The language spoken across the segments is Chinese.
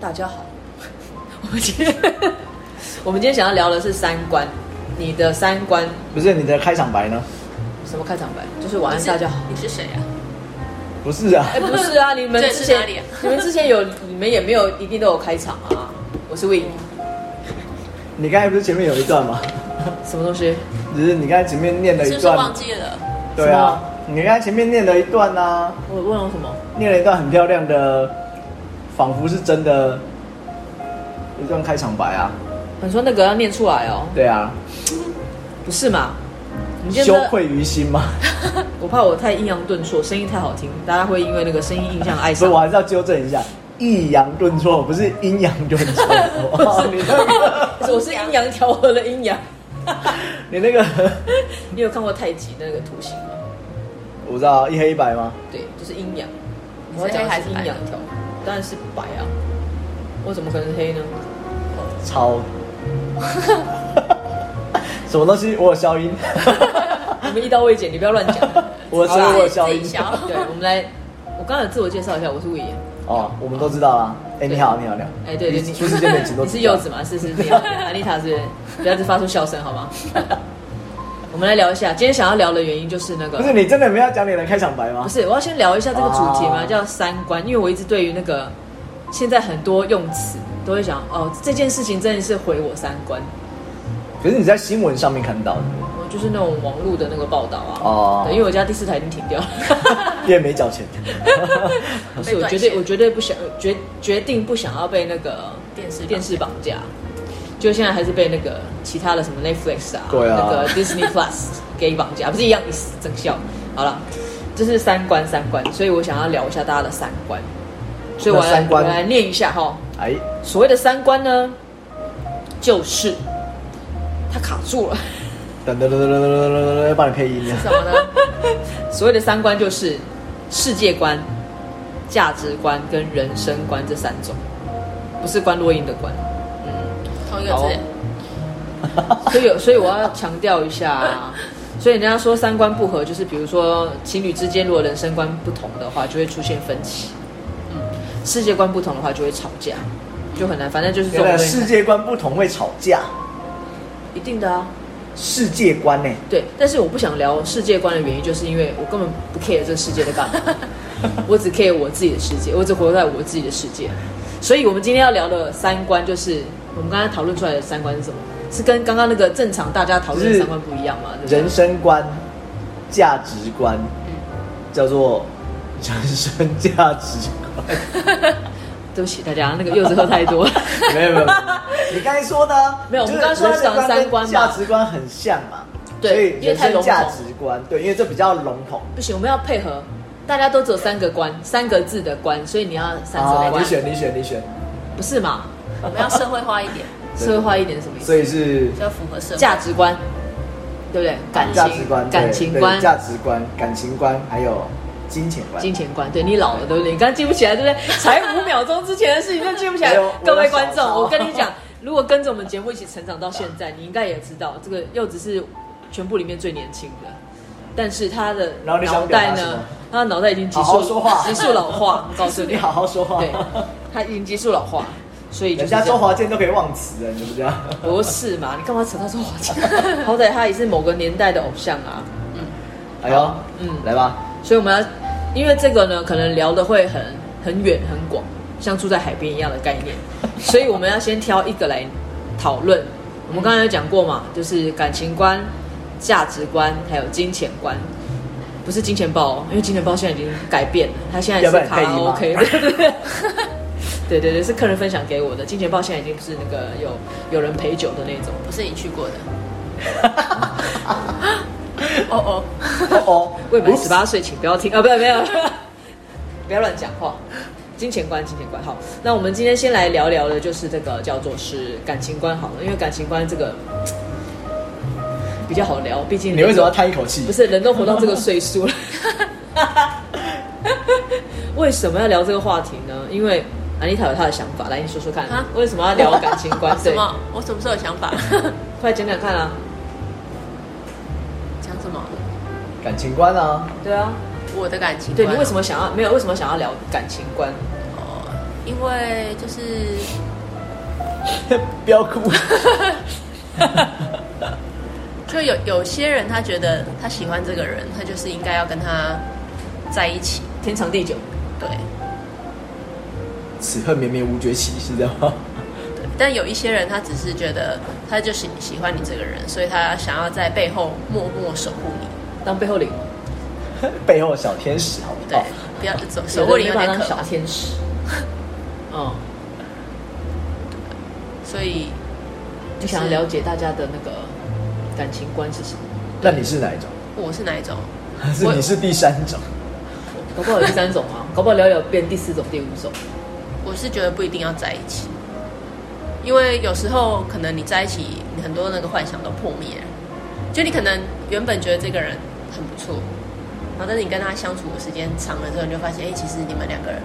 大家好， 我们今天我们今天想要聊的是三观，你的三观不是你的开场白呢？什么开场白？就是晚安大家好。你是谁啊？不是啊，哎，不 是啊，你们这之是前哪里啊你们之前有你们也没有一定都有开场啊。我是魏，你刚才不是前面有一段吗？什么东西？只是你刚才前面念了是不一是忘段，记了？对啊，你刚才前面念了一段啊，我问了什么？念了一段很漂亮的，仿佛是真的，一段开场白啊，你说那个要念出来哦？对啊，不是嘛？你今天羞真的，愧于心嘛， 我怕我太抑扬顿挫，声音太好听，大家会因为那个声音印象爱所上以 我。还是要纠正一下，抑扬顿挫不是阴阳顿挫， 哇你那个不是我是阴阳调和的阴阳。 你那个，你有看过太极那个图形吗？我不知道啊一黑一白吗？对，就是阴阳。你我是要讲的黑还是是阴白阳调，当然是白啊。我怎么可能是黑呢？ 超，什么东西？我有消音，我们一刀未剪，你不要乱讲。我好所以啦我有消音自己。消 对，我们来，我刚才自我介绍一下，我是魏延。哦，我们都知道啦。哎、你好，你好，你好。哎，对对，你出事件的 请都你是柚子吗？是是是，安妮塔是，不要再发出笑声好吗？ 我们来聊一下，今天想要聊的原因就是那个不是，你真的没有讲你的开场白吗不？是，我要先聊一下这个主题嘛，哦叫三观，因为我一直对于那个现在很多用词都会想，哦，这件事情真的是毁我三观，可是你在新闻上面看 到的，我哦就是那种网络的那个报道啊，哦对，因为我家第四台已经停掉了， 因为没缴钱。所以我绝被断对线我绝对不想决决定不想要被那个电视电视绑架，就现在还是被那个其他的什么 Netflix 啊，对啊那个 Disney Plus 给绑架，不是一样意思，整笑。好了，这是三观三观，所以我想要聊一下大家的三观，所以我那来三我观来念一下哈。哎，所谓的三观呢，就是它卡住了。等等等等等等等等，帮你配音。什么呢？所谓的三观就是世界观、价值观跟人生观这三种，不是关落音的关。同一个好字。所以有，所以我要强调一下，啊所以人家说三观不合，就是比如说情侣之间如果人生观不同的话，就会出现分歧。嗯，世界观不同的话就会吵架，就很难。反正就是这原种来东西世界观不同会吵架，一定的啊。世界观呢、对，但是我不想聊世界观的原因，就是因为我根本不 care 这世界在干 嘛，我只 care 我自己的世界，我只活在我自己的世界。所以，我们今天要聊的三观，就是我们刚才讨论出来的三观是什么？是跟刚刚那个正常大家讨论的三观不一样吗？对不对人生观、价值观，嗯叫做人生价值观。对不起大家，那个柚子喝太多了。 没有没有，没有你刚才说的啊没有我们就是刚刚说要人生讲三观嘛跟价值观很像嘛。对所以因为人太笼统生价值观，对，因为这比较笼统。不行，我们要配合，大家都只有三个关，三个字的关，所以你要三个啊关，你选你选你选，不是嘛？我们要社会化一点，社会化一点是什么意思？所以是就要符合社会。价值观，对不对？感价情值观、感对情对观、价值观、感情观，还有金钱观。金钱观，对你老了，对不对？你刚记不起来，对不 对？才五秒钟之前的事情就记不起来没有。各位我的小观众，抄我跟你讲，如果跟着我们节目一起成长到现在，你应该也知道，这个柚子是全部里面最年轻的，但是他的然后你想脑袋表达什呢么，他的脑袋已经急好速好说话急速老 化。我告诉你你，好好说话。对，他已经急速老化，所以就 人是这家样周华健都可以忘词了，你知不知 道？不是嘛？你干嘛扯到周华健？ 好歹他也是某个年代的偶像啊。哎呦，嗯嗯，来吧，所以我们要，因为这个呢，可能聊的会很很远很广，像住在海边一样的概 念，所以我们要先挑一个来讨论。我们刚才有讲过嘛，就是感情观、价值观还有金钱观，不是金钱豹、哦，因为金钱豹现在已经改变了，它现在要不是然你卡配音拉吗 OK 的，对对对。对对对，是客人分享给我的。金钱豹现在已经不是那个有有人陪酒的那种，不是你去过的。哦哦，哦 未满十八岁请不要听啊，不，没有， 不要乱讲话。金钱观，金钱观。好，那我们今天先来聊聊的，就是这个叫做是感情观好了，因为感情观这个比较好聊，毕竟你为什么要太叹一口气不？是人都活到这个岁数了， 为什么要聊这个话题呢？因为安妮塔有她的想法，来你说说看啊，为什么要聊感情 观？什对，么？我什么时候有想法？ 快讲讲看啊！讲什么？感情观啊， 对啊，我的感情对啊观。啊你为什么想要没有？为什么想要聊感情观？哦？因为就是不要哭。就有有些人他觉得他喜欢这个人，他就是应该要跟他在一起，天长地久。对。此恨绵绵无绝期，是这样 吗？对但有一些人他只是觉得他就喜喜欢你这个人，所以他想要在背后默默守护你。当背后领，背后小天使，好不对，哦好？不要守守手护握你领有把点它当可小怕，天使。 嗯，所以就想了解大家的那个感情观是什 么。那你是哪一种？我是哪一种？还是我你是第三种？搞不好有第三种 啊，搞不好聊聊变第四种、第五种。我是觉得不一定要在一起，因为有时候可能你在一起，你很多那个幻想都破灭了。就你可能原本觉得这个人很不错，然后但是你跟他相处的时间长了之后，你就发现，哎、其实你们两个人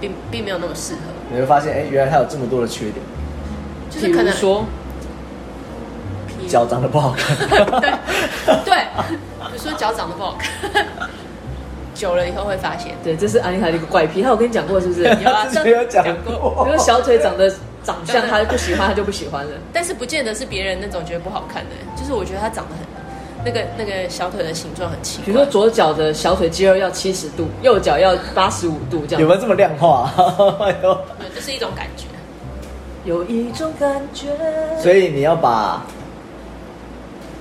并并没有那么适合。你会发现，哎、原来他有这么多的缺点，就是可比能如说，嗯譬如脚长得不好看，对对，比如说脚长得不好看， 久了以后会发现。对，这是安妮塔的一个怪癖， 她有跟你讲过 是不是？有啊自己有讲讲过，比如小腿长得长相，她不喜欢，她就不喜 欢了。但是不见得是别人那种觉得不好看的，就是我觉得他长得很那个那个小腿的形状很奇怪。比如说左脚的小腿肌肉要七十度，右脚要八十五度这有没样。有这么量化、 哎呦，对，这是一种感觉。有一种感觉，所以你要把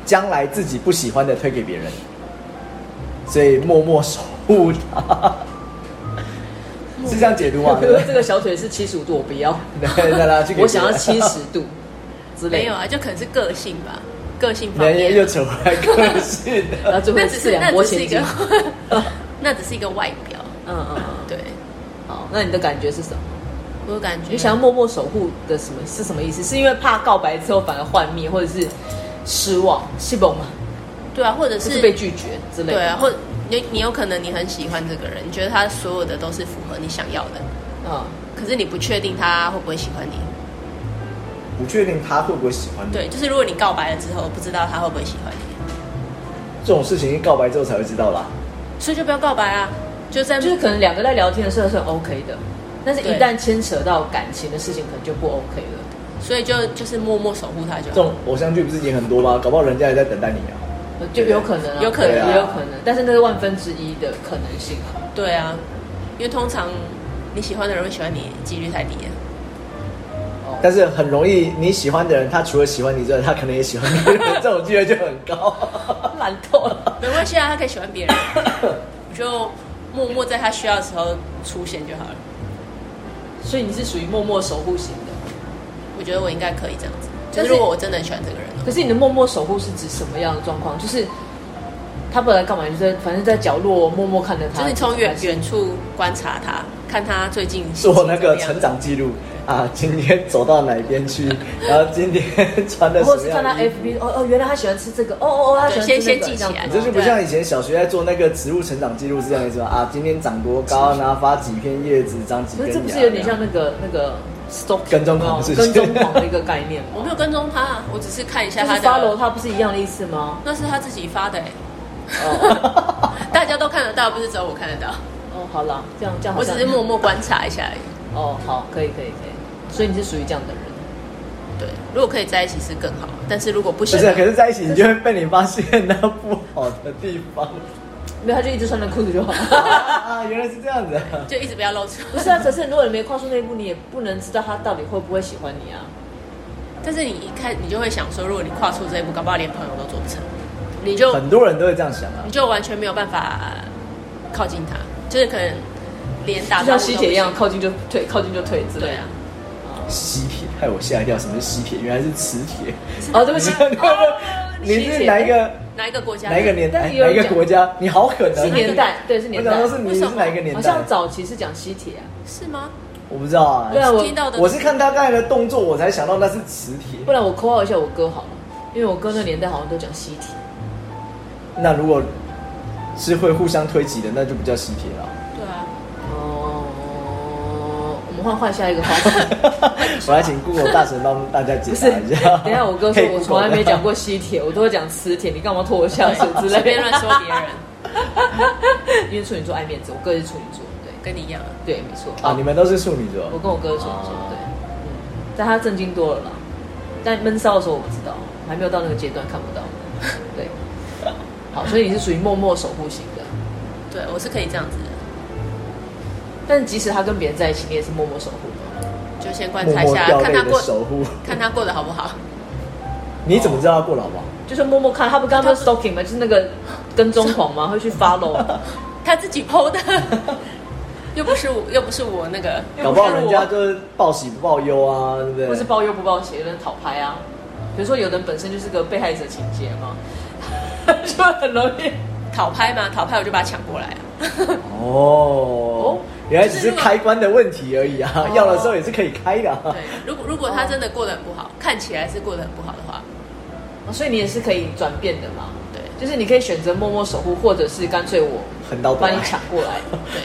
将来自己不喜欢的推给别人，所以默默守护他， 是这样解读 吗？比如说 这个小腿是七十五度，我不要，对，让他去给别人我想要七，十 度之没类有的。啊，就可能是个性吧，个性方人又面。扯回来个性， 然后最后那只四是两那拨只是千一斤个。 嗯那只是一个外表。嗯嗯，对，好，那你的感觉是什么？我有感觉。你想要默默守护的什么是什么意思？是因为怕告白之后反而幻灭，或者是失望、是崩嘛，对啊，或者就是是被拒绝之类的。对啊，或你你有可能你很喜欢这个人，你觉得他所有的都是符合你想要的，嗯，可是你不确定他会不会喜欢你。不确定他会不会喜欢你。对，就是如果你告白了之后，不知道他会不会喜欢你，这种事情告白之后才会知道啦。所以就不要告白啊，就在就是可能两个在聊天的时候是很 OK 的，但是一对旦牵扯到感情的事情，可能就不 OK 了。所以就就是默默守护他就这好。种偶像剧不是也很多吗？搞不好人家也在等待你啊。呃就有可能、啊，有可能也有可能，但是那是万分之一的可能性啊。对啊，因为通常你喜欢的人会喜欢你，几率太低了。哦， 但是很容易，你喜欢的人，他除了喜欢你之外，他可能也喜 欢别人，这种几率就很高。懒透了。没关系啊，他可以喜欢 别人，我就默默在他需要的时候出现就好了。所以你是属于默默守护型的，我觉得我应该可以这样子，就但是是如果我真的很喜欢这个人哦，可是你的默默守护是指什么样的状况？就是他本来干嘛？就是反正在角落默默看着他，就是你从远还是远处观察他，看他最近心情做那个怎么样成长记录 啊，今天走到哪边去，然后今天穿的什或者么是看他样的衣服。 FB，哦哦，原来他喜欢吃这个，哦哦哦，他喜欢吃那对先个先记起来这样你子这吗就不像以前小学在做那个植物成长记录是这样子吗？啊，今天长多高，然后发几片叶子，长几可根是芽。这不是有点像那个那个 stalk 跟踪狂是不跟是踪狂的一个概念吗？我没有跟踪他啊，我只是看一就下是 他的。 follow 他不是一样的意思吗？那是他自己发的哎、 哦大家都看得到，不是只有我看得到。啊哦，好啦，这样这样好我像只是默默观察一下而已。哦，好，可以可以可以，所以你是属于这样的人，对，如果可以在一起是更好，但是如果不不行，是，可是在一起你就会被你发现那不好的地方没有他就一直穿着裤子就好。 啊，原来是这样子啊。就一直不要露出。不是啊，可是如果你没跨出那一步，你也不能知道他到底会不会喜欢你啊。但是你一看，你就会想说，如果你跨出这一步，搞不好连朋友都做不成，你就很多人都会这样想啊你，就完全没有办法靠近他，就是可能连打就招呼像都吸铁一样，不行。靠近就退，靠近就退之类对的啊。，吸铁害我吓一跳，什么是吸铁？原来是磁铁。哦，对啊不你起，啊你是哪一个哪一个国家？哪一个年但代是有哪人一讲个国家？你好狠啊！是年代，对，是我年代想。说是你为什么是哪一个年代？好像早期是讲吸铁啊，是吗？我不知道啊。对啊，我听到的我是看他刚才的动作，我才想到那是磁铁。不然我扣号一下我哥好了，因为我哥那年代好像都讲吸铁。那如果是会互相推挤的，那就不叫吸铁了。对啊，哦，我们换换下一个话题。我来请 Google 大神帮大家解 不是，答一下。等一下我 哥说可以我从来 Google 没讲过吸铁，我都会讲磁铁，你干嘛拖我下水之随类 便乱的？说别人。因为处女座爱面子，我哥是处女座，对，跟你一样啊。对，没错。啊，你们都是处女座我，跟我哥说说哦对，嗯，但他震惊多了啦。但闷骚的时候我不知道，还没有到那个阶段看不到。 对，好，所以你是属于默默守护型的。对，我是可以这样子的，但即使他跟别人在一起，你也是默默守护的。就先观默察一默下，掉看泪他的过，守护。看他过得好不好。 你怎么知道他过得啊好不好？就是默默看，他不刚刚 stalking 吗？就是那个跟踪狂吗？会去 follow，啊他自己 PO 的，又不是我，又不是我那个，搞不好人家就是报喜不报忧啊，对不对？或是报忧不报喜，有人讨拍啊。比如说，有的人本身就是个被害者情节嘛， 就很容易。讨拍嘛，讨拍我就把他抢过来啊。哦哦，原来只就是是如果开关的问题而已啊哦， 要的时候也是可以开的啊。对，如果如果他真的过得很不好，看起来是过得很不好的话，哦所以你也是可以转变的嘛，对就是你可以选择默默守护，或者是干脆我横刀夺把爱你抢过来。对，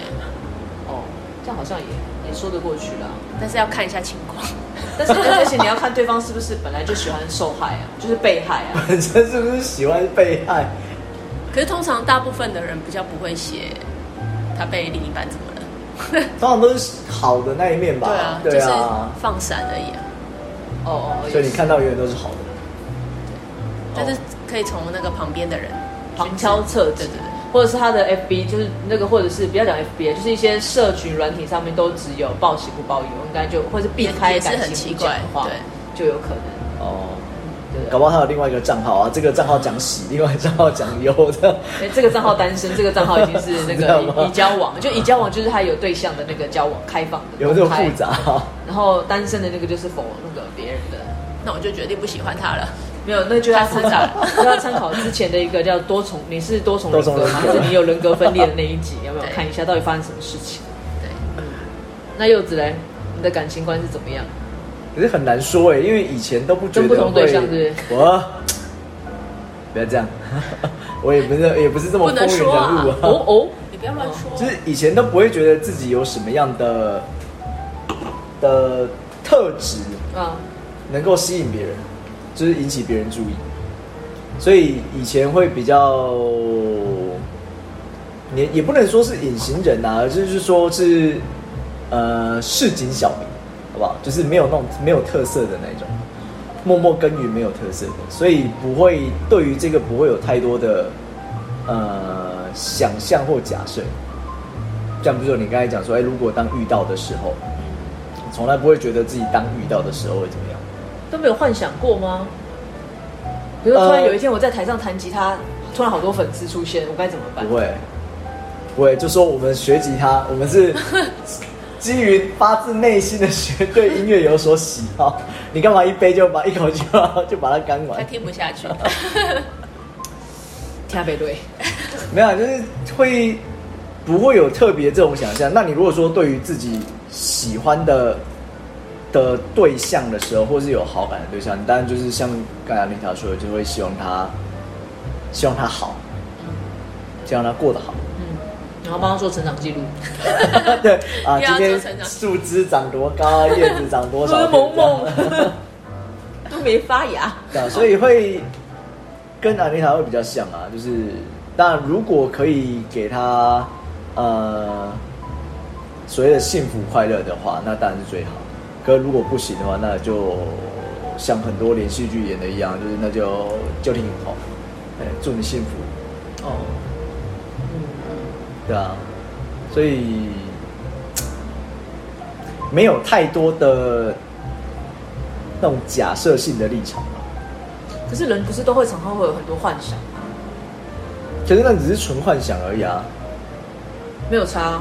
哦，这样好像也也说得过去啦。但是要看一下情况。但是而且你要看对方是不是本来就喜欢受害 啊，就是被害啊。 本身是不是喜欢被害？可是通常大部分的人比较不会写他被另一半怎么了，通常都是好的那一面吧。对啊，对啊就是放闪而已啊。哦哦，所以也你是看到永远都是好的。但是可以从那个旁边的人哦旁敲侧击对对对，或者是他的 FB，就是那个，或者是不要讲 FB，就是一些社群软体上面都只有报喜不报忧，应该就或是避开也是感很情奇不讲怪的话，对就有可能，哦，对不搞对？不好他有另外一个账号啊，这个账号讲喜，另外一个账号讲忧的。哎，这个账号单 身，这个账号已经是那知道个吗已已交往，就已交往就是他有对象的那个交往开放的，有这么公开复。杂、哦，然后单身的那个就是否那个别人的，那我就决定不喜欢他了。没有，那就要太复参杂考，就要参考之前的一个叫多重，你是多重人格多重吗？人格就是你有人格分裂的那一 集，有没有对看一下到底发生什么事情？嗯对，那柚子嘞，你的感情观是怎么样？可是很难说哎，因为以前都不觉跟得不同对会象是不是我不要这样， 我也不是也不是这么不能风云人说啊物啊。哦哦，你不要乱说。 就是以前都不会觉得自己有什么样的的特质啊，能够吸引别人，就是引起别人注意，所以以前会比较，也也不能说是隐形人啊，就是说是呃市井小民，好不好？就是没有那种没有特色的那种，默默耕耘没有特色的，所以不会对于这个不会有太多的呃想象或假设。像比如说你刚才讲说，哎、如果当遇到的时候，从来不会觉得自己当遇到的时候会怎么样。都没有幻想过吗？比如说，呃突然有一天我在台上弹吉他，突然好多粉丝出现，我该怎么办？不会，不会，就说我们学吉他，我们 是基于发自内心的学对音乐有所喜好。你干嘛一杯就把一口就把就把它干他完？听不下去，天北队，没有啊，就是会不会有特别这种想象？那你如果说对于自己喜欢的的对象的时候，或是有好感的对象，你当然就是像刚才丽塔说的，就会希望他希望他好，嗯希望他过得好。嗯，然后帮他做成长记录，对啊，今又要天做成长树枝长多高，叶子长多 呃少，萌萌这样 都没发芽，对啊，所以会跟安妮塔会比较像啊，就是当然如果可以给她呃所谓的幸福快乐的话，那当然是最好。可如果不行的话，那就像很多连续剧演的一样，就是那就就听你好，哎，祝你幸福，哦，嗯，对啊，所以没有太多的那种假设性的立场吧。可是人不是都会常常会有很多幻想，可是那只是纯幻想而已啊没有差。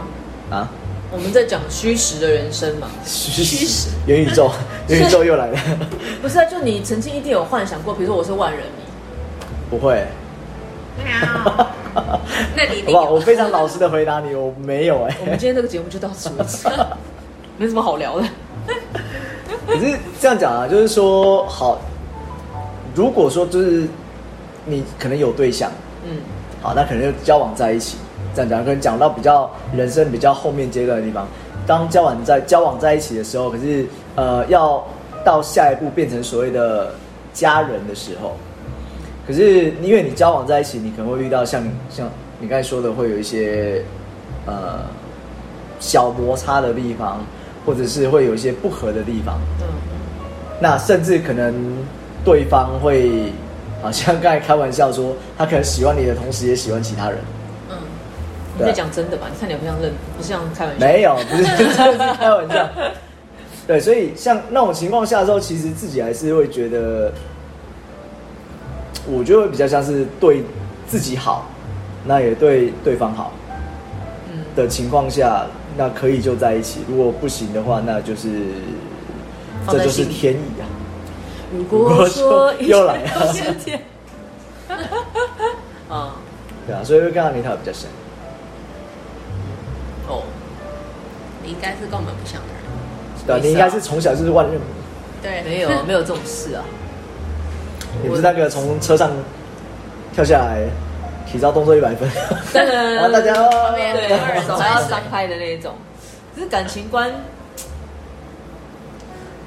啊！我们在讲虚实的人生嘛，虚虚实 元宇 宙，元宇宙又来了， 不是啊？就你曾经一定有幻想过，比如说我是万人迷， 不会。哦那你一好定不好？我有。非常老实的回答你，我没有哎、我们今天这个节目就到此为 止，没什么好聊的。可是这样讲啊，就是说，好，如果说就是你可能有对象，嗯，好，啊那可能就交往在一起。这样讲，可能讲到比较人生比较后面阶段的地方，当交往在交往在一起的时候，可是呃，要到下一步变成所谓的家人的时候，可是因为你交往在一起，你可能会遇到像像你刚才说的，会有一些呃小摩擦的地方，或者是会有一些不合的地方。嗯，那甚至可能对方会，好像刚才开玩笑说，他可能喜欢你的同时也喜欢其他人。嗯，你在讲真的吧？你看起来不像认，不像开玩笑。没有，不是这是开玩笑。对，所以像那种情况下的时候，其实自己还是会觉得，我觉得会比较像是对自己好，那也对对方好嗯的情况下，那可以就在一起；如果不行的话，那就是放这在就是心里天意啊。如果说又来了一切都是天 啊，对啊，所以会跟阿妮塔比较像。哦， 你应该是跟我们不像的人。对、啊，什么意思啊你应该是从小就是万人迷，对，没 有没有这种事啊。你不是那个从车上跳下来，体操动作一百分，当 然后然，大家哦面对，两个人手还要张开的那一种。可是感情观，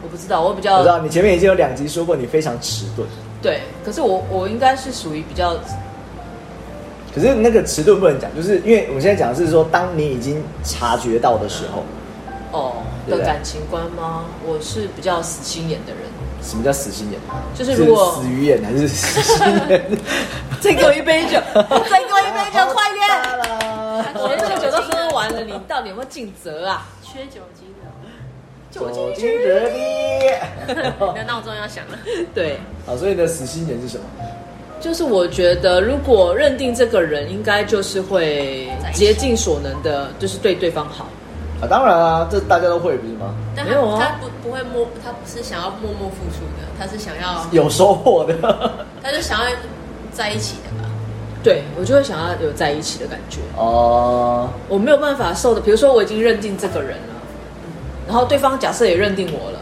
我不知道，我比我较知道你前面已经有两集说过你非常迟钝，对，可是我我应该是属于比较可是那个迟钝不能讲，就是因为我现在讲的是说，当你已经察觉到的时候，哦对的不对感情观吗？我是比较死心眼的人，什么叫死心眼？就是如果死鱼眼还是死心眼？ 再给我一杯 酒，再给我一杯酒，快点！点！我这酒都喝完了，你到底有没有尽责啊？缺酒精的，走进这里。哦你的闹钟要响了。对，好，所以你的死心眼是什么？就是我觉得，如果认定这个人，应该就是会竭尽所能的，就是对对方好。啊，当然啊，这大家都会不是吗？但没有啊他他不不会默，他不是想要默默付出的，他是想要，有收获的他就想要在一起的吧。对我就会想要有在一起的感觉。哦。我没有办法受的，比如说我已经认定这个人了，然后对方假设也认定我了，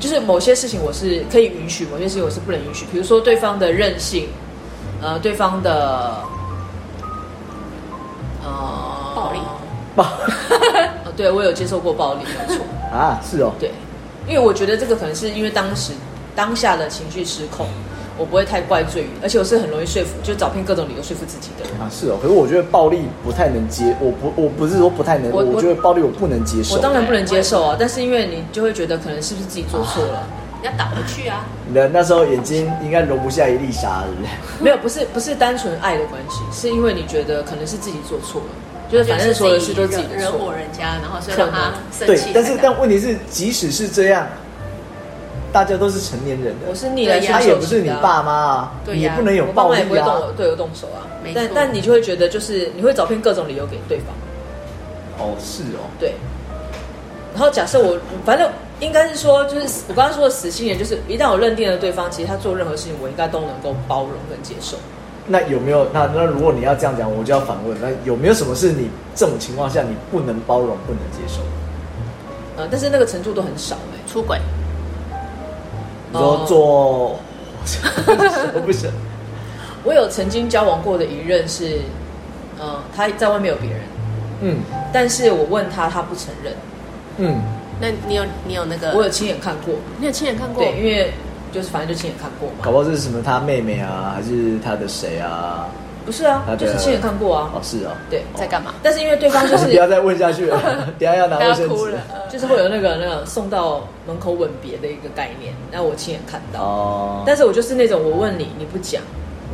就是某些事情我是可以允许，某些事情我是不能允许。比如说对方的任性，呃，对方的呃 暴力爆呃对我有接受过暴力，没有错。啊，是哦，对，因为我觉得这个可能是因为当时当下的情绪失控，我不会太怪罪于，而且我是很容易说服，就找遍各种理由说服自己的人。啊是哦，可是我觉得暴力不太能接，我不我不是说不太能，我我我觉得暴力我不能接受。我当然不能接受啊，但是因为你就会觉得可能是不是自己做错了。你要倒回去啊！你的那时候眼睛应该容不下一粒沙，对不对？ 没有，不是不是单纯爱的关系，是因为你觉得可能是自己做错了，就是反正所有的事都是自己的惹错嗯火。人家，然后所以让他生对气才，但是敢。但问题是，即使是这样，大家都是成年人的，我是逆来对顺呀他受型的也啊，不是你爸妈啊，对你也呀不能有我爸暴妈也不力会动啊我。对我动手啊没。但错但你就会觉得就是你会找遍各种理由给对方，哦，是哦，对。然后假设我反正应该是说，就是我刚刚说的死心眼，就是一旦我认定了对方，其实他做任何事情，我应该都能够包容跟接受。那有没有那那如果你要这样讲，我就要反问，那有没有什么是你这种情况下你不能包容、不能接受？呃，但是那个程度都很少哎、出轨，你说哦 做，我不行，我有曾经交往过的一任是，呃，他在外面有别人，嗯但是我问他，他不承认。嗯，那你有你有那个，我有亲眼看过，你有亲嗯眼看过？对，因为就是反正就亲眼看过嘛。搞不好是什么他妹妹啊，还是他的谁啊？不是啊他，的就是亲眼看过啊哦，。是啊，对，在干嘛？但是因为对方就 不要是再问下去了， 等一下要拿卫生纸。就是会有那个那个送到门口吻别的一个概念，那我亲眼看到。哦，但是我就是那种我问你你不讲，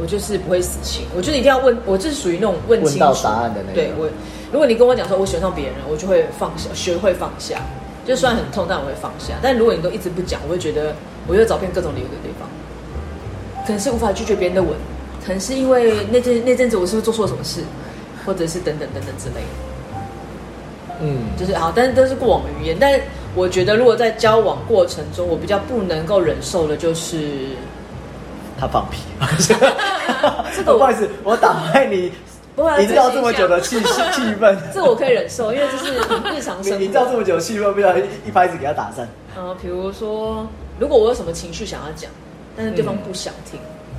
我就是不会死心，我就是一定要问，我就是属于那种问清问楚到答案的那种对我，如果你跟我讲说我喜欢上别人，我就会放下，学会放下。就虽然很痛，但我会放下。但如果你都一直不讲，我会觉得我又找遍各种理由给对方。可能是无法拒绝别人的吻，可能是因为那阵那阵子我是不是做错什么事，或者是等等等等之类的，嗯，就是好，但是都是过往的语言。但我觉得如果在交往过程中，我比较不能够忍受的就是，他放屁。 这个我不好意思，我打坏你不会啊营造这么久的气气氛，这我可以忍受，因为这是日常你生营造活。这么久的气氛，不小心一拍子给他打散。呃，比如说，如果我有什么情绪想要讲，但是对方嗯不想听，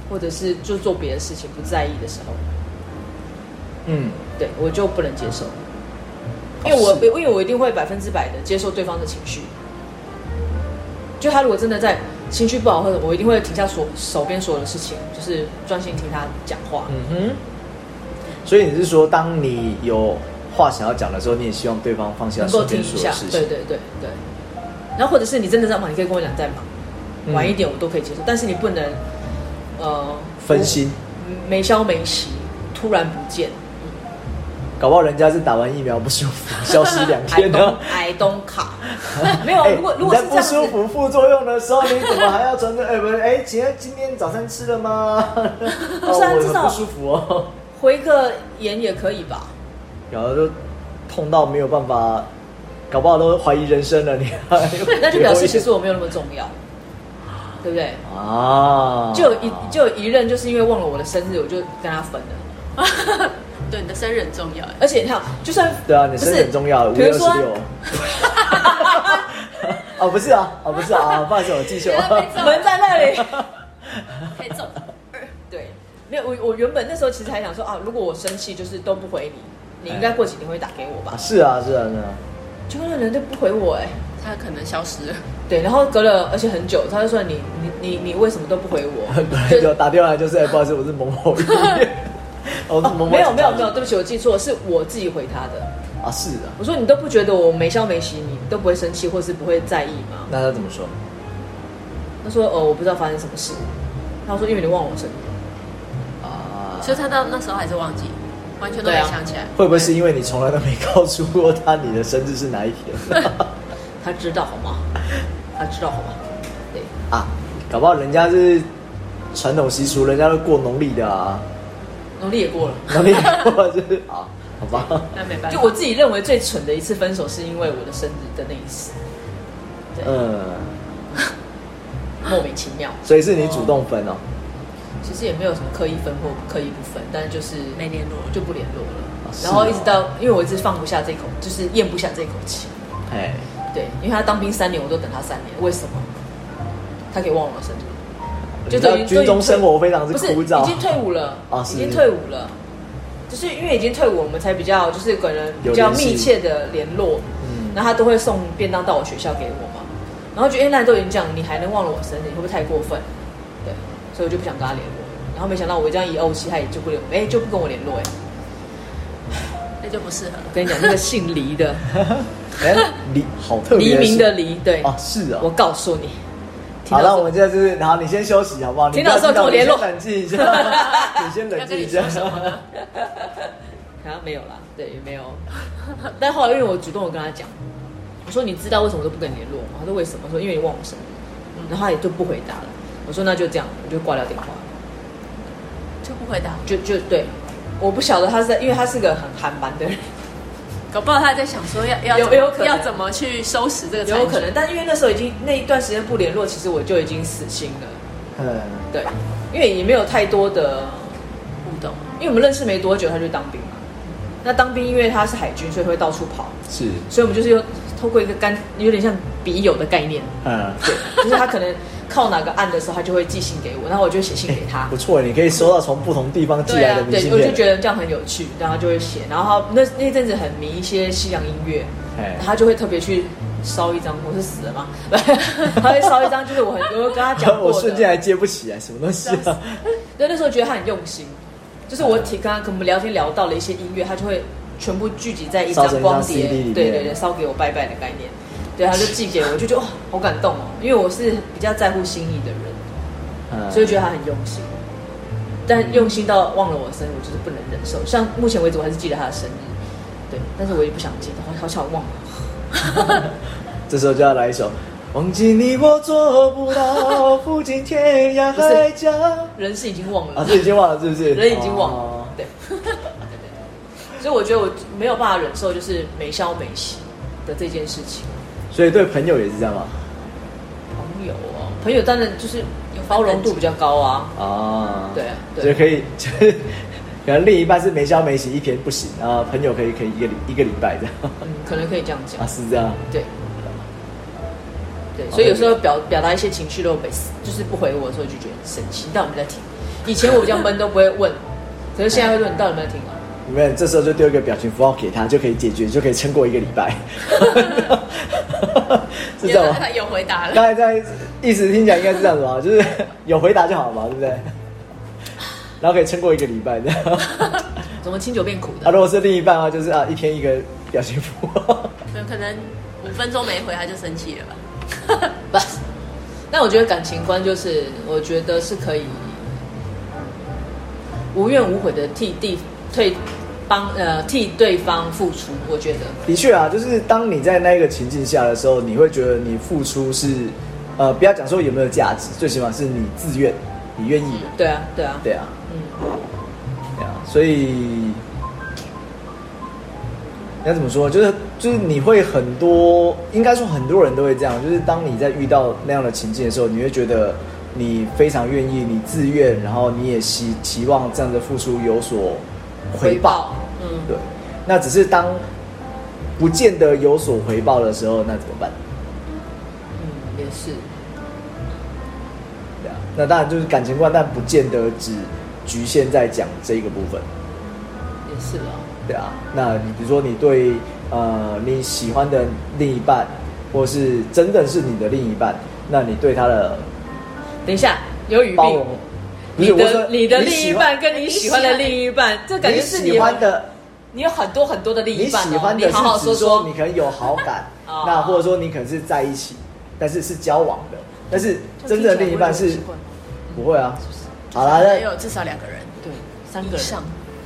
或者是就做别的事情不在意的时候，嗯，对我就不能接受，哦因为我、是因为我一定会百分之百的接受对方的情绪。就他如果真的在情绪不好，或者我一定会停下所手边所有的事情，嗯就是专心听他讲话。嗯哼。所以你是说，当你有话想要讲的时候，你也希望对方放下能够手听边一所下有事，情。对对对对。然后或者是你真的在忙，你可以跟我讲在忙，嗯晚一点我都可以接受，但是你不能呃分心，无没消没息，突然不见。搞不好人家是打完疫苗不舒服，消失两 I 天呢 don't。I don't care 哎没有，啊哎如果如果是你这在不样子舒，服、副作用的时候，你怎么还要传着？哎，不是，哎，请问今天早餐吃了吗？ 不是啊我至很少不舒服哦。回个言也可以 吧？然后就痛到没有办法，搞不好都怀疑人生了。你还 那就表示其实我没有那么重要，对不对？啊，就有一就有一任就是因为忘了我的生日，我就跟他分了。对，你的生日很重要哎。而且你看，就算对啊，你生日很重要，五不月是二比如十说 六。 哦，不是啊，哦，不是啊，不好意思，我记错原来被了。揍门在那里。可以中对，没有我我原本那时候其实还想说啊，如果我生气就是都不回你，你应该过几天会打给我吧？是 啊，是啊，是啊。结果那人就不回我哎、他可能消失了。对，然后隔了而且很久，他就说你你你你为什么都不回 我？就就打电话来就是，哎，不好意思，我是某某医 院，我是某某哦没有警察没有没有，对不起，我记错，是我自己回他的。啊，是啊。我说你都不觉得我没消没息，你都不会生气或是不会在意吗？那他怎么说？他说哦，我不知道发生什么事。他说因为你忘我生日，啊，所以他到那时候还是忘记，完全都没啊想起来。会不会是因为你从来都没告诉过他你的生日是哪一 天他知道好吗？他知道好吗？对，啊？搞不好人家是传统习俗，人家都过农历的啊，农历也过了。农历过就是啊，好吧。那没办法，就我自己认为最蠢的一次分手，是因为我的生日的那一次，嗯，莫名其妙。所以是你主动分哦。其实也没有什么刻意分或刻意不分，但就是没联络了。就不联络了。啊是哦然后一直到，因为我一直放不下这口，就是咽不下这口气。哎，对，因为他当兵三年，我都等他三年，为什么？他可以忘了我生日，就你知道等于军中生活非常之不是枯已燥，经退伍 了，啊是已经退伍了。就是因为已经退伍，我们才比较就是可能比较有联系密切的联络，嗯然后他都会送便当到我学校给我嘛。然后觉得哎，那都已经这样，你还能忘了我生日，你会不会太过分？对，所以我就不想跟他联络。然后没想到我这样一怄气，他也就不联，哎，就不跟我联 络。哎，那就不适合我了。跟你讲，那个姓黎的，哎，黎好 特别黎事，明的黎，对，啊，是啊我。告诉你。听好，到那这我们现在就是，好，你先休息好不好？听到之后跟我联络你先冷静一下，你 先冷静一下要跟你说。什么呢好像没有啦，对，也没有。 但后来因为我主动有跟他讲，我说你知道为什么都不跟你联络吗？他说为什么？我说因为你忘我生日，然后他也就不回答了。我说那就这样，我就挂掉电话，就不回答。就就对。我不晓得他是在，因为他是个很韩蛮的人，搞不好他还在想说要要有怎么有可能要怎么去收拾这个残 局，有可能。但因为那时候已经那一段时间不联络，其实我就已经死心了，嗯，对，因为也没有太多的，互动。因为我们认识没多久他就当兵嘛。那当兵因为他是海军，所以会到处跑，是，所以我们就是用透过一个干，有点像笔友的概念，嗯， 就是他可能靠哪个按的时候，他就会寄信给我，然后我就写信给他哎不。错，你可以收到从不同地方寄对来啊的，明对，信我就片。觉得这样很有趣，然后他就会写，然后他那那阵子很迷一些西洋音乐，哎他就会特别去烧一张，我是死了吗？ 他会烧一张，就是我很我有跟他讲过 我的，瞬间还接不起来，什么东西啊？对，那时候觉得他很用心，就是哎我挺刚刚跟我们聊天聊到了一些音乐，他就会全部聚集在一张烧成一张光碟 CD 里，面对对对，烧给我拜拜的概念，对，他就寄给我，我就觉得哇、好感动哦，因为我是比较在乎心意的人。嗯所以觉得他很用心，但用心到忘了我生日，我就是不能忍受。像目前为止，我还是记得他的生日，对，但是我也不想记得，好好想忘了。这时候就要来一首《忘记你我做不到，不尽天涯海角》人是已经忘了，啊，这已经忘了是不是？人已经忘了，哦对。 对对对所以我觉得我没有办法忍受就是没消没息的这件事情。所以对朋友也是这样嘛？朋友哦，朋友当然就是有包容度比较高啊，啊，对啊对所以可以 就是。可能另一半是没消没息，一天不行，然后朋友可以可以一个礼一个礼拜这样 嗯，可能可以这样讲啊，，是这样。对。对，所以有时候表表达一些情绪都被就是不回我的时候就觉得很生气，你到底有没有在听？以前我这样闷都不会问，可是现在会问你到底有没有在听啊？你们这时候就丢一个表情符号给他，就可以解决，就可以撑过一个礼拜， 是啊这样有吗他？有回答了，刚才在意思听起来应该是这样子吧，就是 有回答就好了嘛，对不对？然后可以撑过一个礼拜这样。 怎么清酒变苦啊，的？ 如果是另一半的话，就是啊，一天一个表情符号。有可能五分钟没回他就生气了吧？不，那我觉得感情观就是，我觉得是可以无怨无悔的替地退帮呃替对方付出，我觉得。的确啊，就是当你在那个情境下的时候，你会觉得你付出是，呃，不要讲说有没有价值，最起码是你自愿，你愿意的。对啊，对啊，对啊，嗯，对啊，所以要怎么说？就是就是你会很多，应该说很多人都会这样，就是当你在遇到那样的情境的时候，你会觉得你非常愿意，你自愿，然后你也希期望这样的付出有所回报。，嗯，对，那只是当不见得有所回报的时候，那怎么办？嗯，也是，对啊，那当然就是感情观，但不见得只局限在讲这个部分。也是了。对啊，那你比如说你对呃你喜欢的另一半，或是真正是你的另一半，那你对他的等一下，有语包容病。，不你是我的说你的另喜一欢半跟你喜欢的另一半，这感觉你是喜欢的，你有很多很多的另你一半喜哦，欢你的好好是说指说说你可能有好感， 哦那或者说你可能是在一起，但是是交往的，但是真正的另一半是不会啊。好啦，也那有至少两个人对三个以人上，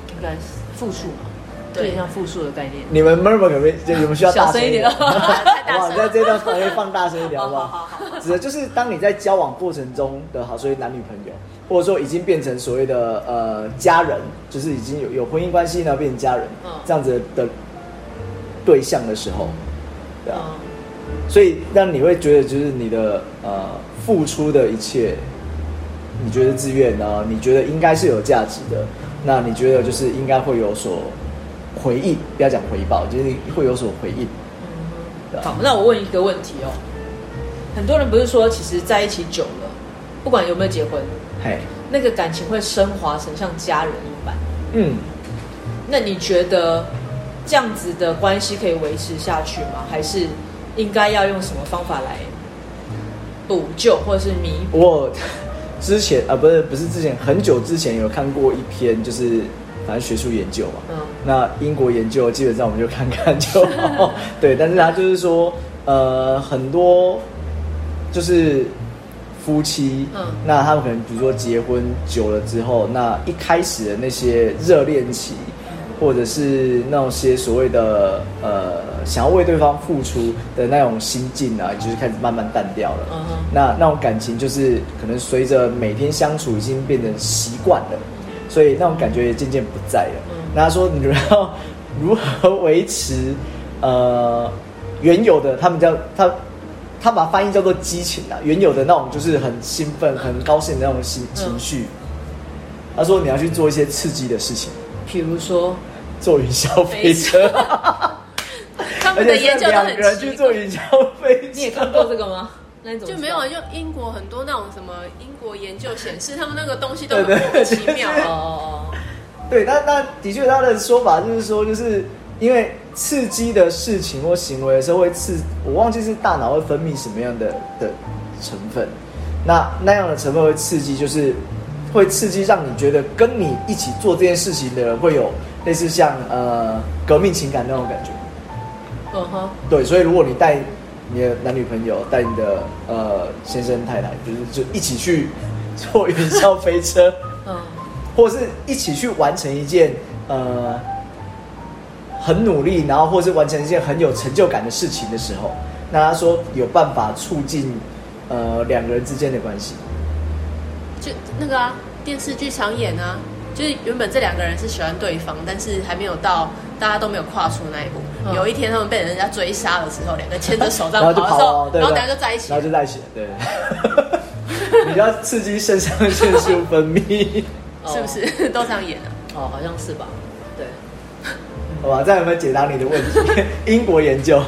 应该是复数嘛，对有点像复数的概念。你们 murmur 可不可以？就你们需要小大声声一点 好不好太大好不好声了你在这段可以放大声一点，好不好好好好？指的就是当你在交往过程中的好，所以男女朋友，或者说已经变成所谓的呃家人，就是已经有有婚姻关系呢，变成家人嗯这样子的对象的时候，对啊，嗯，所以让你会觉得就是你的呃付出的一切，你觉得自愿呢？你觉得应该是有价值的，那你觉得就是应该会有所回应，不要讲回报，就是会有所回应。对吧好，那我问一个问题哦，很多人不是说其实在一起久了，不管有没有结婚，嘿，那个感情会升华成像家人一般。嗯，那你觉得这样子的关系可以维持下去吗？还是应该要用什么方法来补救或者是弥补？我之前啊、不是不是之前，很久之前有看过一篇，就是反正学术研究嘛，嗯那英国研究基本上我们就看看就好，对，但是他就是说，呃，很多就是夫妻，嗯那他们可能比如说结婚久了之后，那一开始的那些热恋期，或者是那些所谓的呃想要为对方付出的那种心境啊，就是开始慢慢淡掉了。嗯哼那那种感情就是可能随着每天相处已经变成习惯了，所以那种感觉也渐渐不在了。嗯那他说你要如何维持 呃原有的他们叫他。他把它翻译叫做激情啊，原有的那种就是很兴奋、很高兴的那种情嗯情绪。他说你要去做一些刺激的事情，比如说，坐云霄飞车， 他而们的且研是究都两很个奇人去坐云霄 飞 你也车。看过这个吗？ 那你怎么就知道没有，就英国很多那种什么英国研究显示，他们那个东西都对很对莫名其妙哦对哦。哦哦，对，那那的确他的说法就是说，就是因为刺激的事情或行为的时候会刺，我忘记是大脑会分泌什么样的的成分，那那样的成分会刺激，就是会刺激让你觉得跟你一起做这件事情的人会有类似像呃革命情感那种感觉。嗯哦哼，对，所以如果你带你的男女朋友，带你的呃先生太太，就是就一起去坐云霄飞车，嗯或是一起去完成一件呃很努力，然后或是完成一件很有成就感的事情的时候，那他说有办法促进呃两个人之间的关系。就那个啊，电视剧常演啊，就是原本这两个人是喜欢对方，但是还没有到大家都没有跨出那一步。嗯有一天他们被人家追杀的时候，两个牵着手这 然样后就跑的跑时候了，，对然后对等下就在一起然了后。就在一起了，对。 比较刺激肾上腺素分泌， 哦是不？是 都这样演啊？哦，好像是吧。对，好吧？这样有没有解答你的问题？ 英国研究。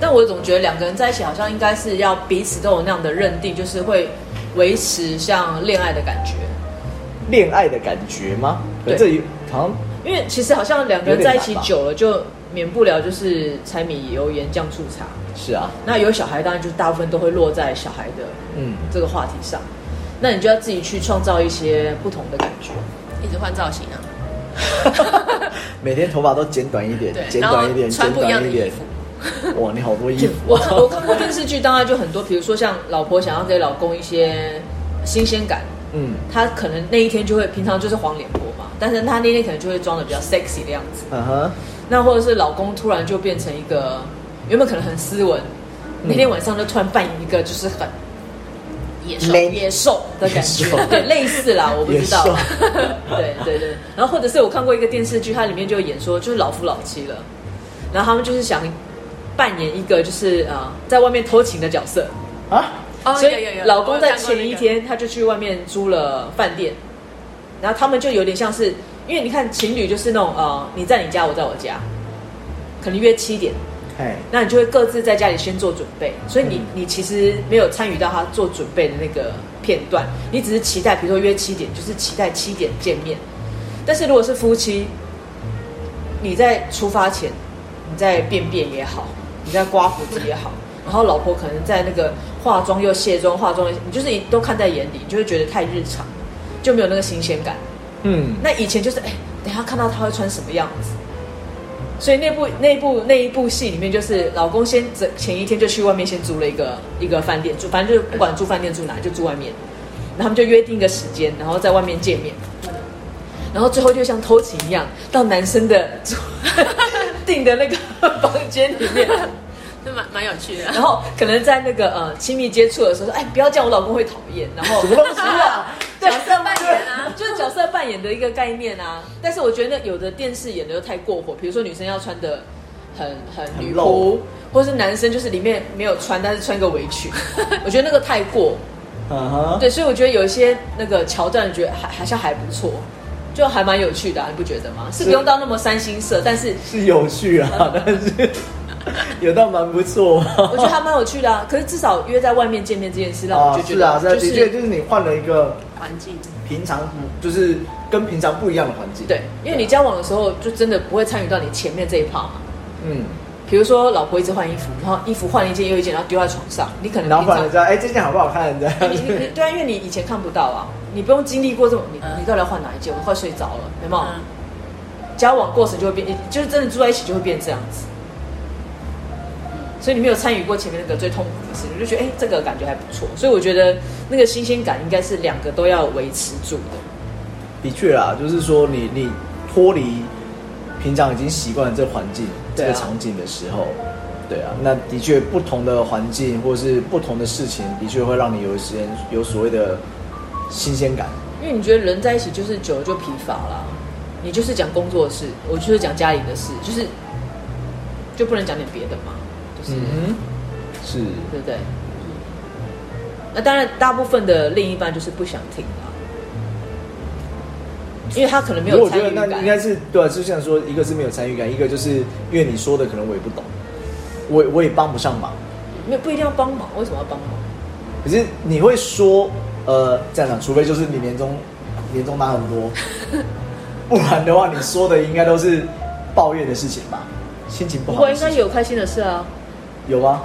但我总觉得两个人在一起好像应该是要彼此都有那样的认定，就是会维持像恋爱的感觉。恋爱的感觉吗？可对这有好像因为其实好像两个人在一起久了，就免不了就是柴米油盐酱醋茶。是啊，那有小孩，当然就大部分都会落在小孩的嗯， 这个话题上。那你就要自己去创造一些不同的感觉。一直换造型啊，每天头发都剪短一点，对，剪然后短一点，穿剪不一样短的一衣点服。。 哇，你好多衣服 我我看过电视剧，当然就很多，比如说像老婆想要给老公一些新鲜感，嗯她可能那一天就会平常就是黄脸婆嘛，但是她那天可能就会装的比较 sexy 的样子。嗯哼，那或者是老公突然就变成一个原本可能很斯文，那天晚上就突然扮演一个就是很野兽，没野兽的感觉野兽，对，类似啦，我不知道野兽。对对对，然后或者是我看过一个电视剧，它里面就演说，就是老夫老妻了，然后他们就是想扮演一个就是啊、呃在外面偷情的角色，啊，哦所以有有有老公在我有看过那前一个天他就去外面租了饭店，然后他们就有点像是，因为你看情侣就是那种呃你在你家我在我家，可能约七点，哎，那你就会各自在家里先做准备，所以你、你其实没有参与到他做准备的那个片段，你只是期待，比如说约七点，就是期待七点见面。但是如果是夫妻，你在出发前，你在便便也好，你在刮胡子也好，然后老婆可能在那个化妆又卸妆，化妆又你就是你都看在眼里，你就会觉得太日常，就没有那个新鲜感。嗯，那以前就是，哎、等一下看到他会穿什么样子。所以那部那部那一部戏里面，就是老公先整前一天就去外面先租了一个一个饭店住，反正就是不管住饭店住哪，就住外面。然后他们就约定一个时间，然后在外面见面。然后最后就像偷情一样，到男生的住 订的那个房间里面，那蛮蛮有趣的。然后可能在那个呃亲密接触的时候说，哎，不要这样，我老公会讨厌。然后什么 东西啊？对角色扮演啊就是角色扮演的一个概念啊。但是我觉得有的电视演的又太过火，比如说女生要穿的很很很女仆露，或是男生就是里面没有穿，但是穿个围裙， 我觉得那个太过。嗯哼，对，所以我觉得有一些那个桥段，觉得还好像还不错，就还蛮有趣的、啊，你不觉得吗？是不用到那么三星色，但 是是有趣啊，但 是有到蛮不错啊。我觉得还蛮有趣的啊。可是至少约在外面见面这件事，让我啊就，觉是得、啊，是啊，就的确就是你换了一个环境平常不就是跟平常不一样的环境。对，因为你交往的时候就真的不会参与到你前面这一趴嘛。嗯，比如说，老婆一直换衣服，然后衣服换了一件又一件，然后丢在床上，你可能然后平换常了一下，哎，这件好不好看？这样你你你对啊，因为你以前看不到啊，你不用经历过这种，你嗯你到底要换哪一件？我快睡着了，有没哦有？嗯，交往过程就会变，就是真的住在一起就会变这样子。所以你没有参与过前面那个最痛苦的事情，我就觉得哎、这个感觉还不错。所以我觉得那个新鲜感应该是两个都要维持住的。的确啦，就是说你你脱离平常已经习惯了这个环境、对这啊个场景的时候，对啊，那的确不同的环境或是不同的事情，的确会让你有一些有所谓的新鲜感。因为你觉得人在一起就是久了就疲乏啦，你就是讲工作的事，我就是讲家里的事，就是就不能讲点别的嘛，就是、嗯，是对不对？那当然，大部分的另一半就是不想听啦，因为他可能没因为有我参觉与得那感应。该是对、啊，就像说，一个是没有参与感，一个就是因为你说的可能我也不懂，我我也帮不上忙。没有不一定要帮忙，为什么要帮忙？可是你会说，呃，这样讲，除非就是你年终年终拿很 多，不然的话，你说的应该都是抱怨的事情吧？心情不不好过的应事该情，有开心的事啊。有吗？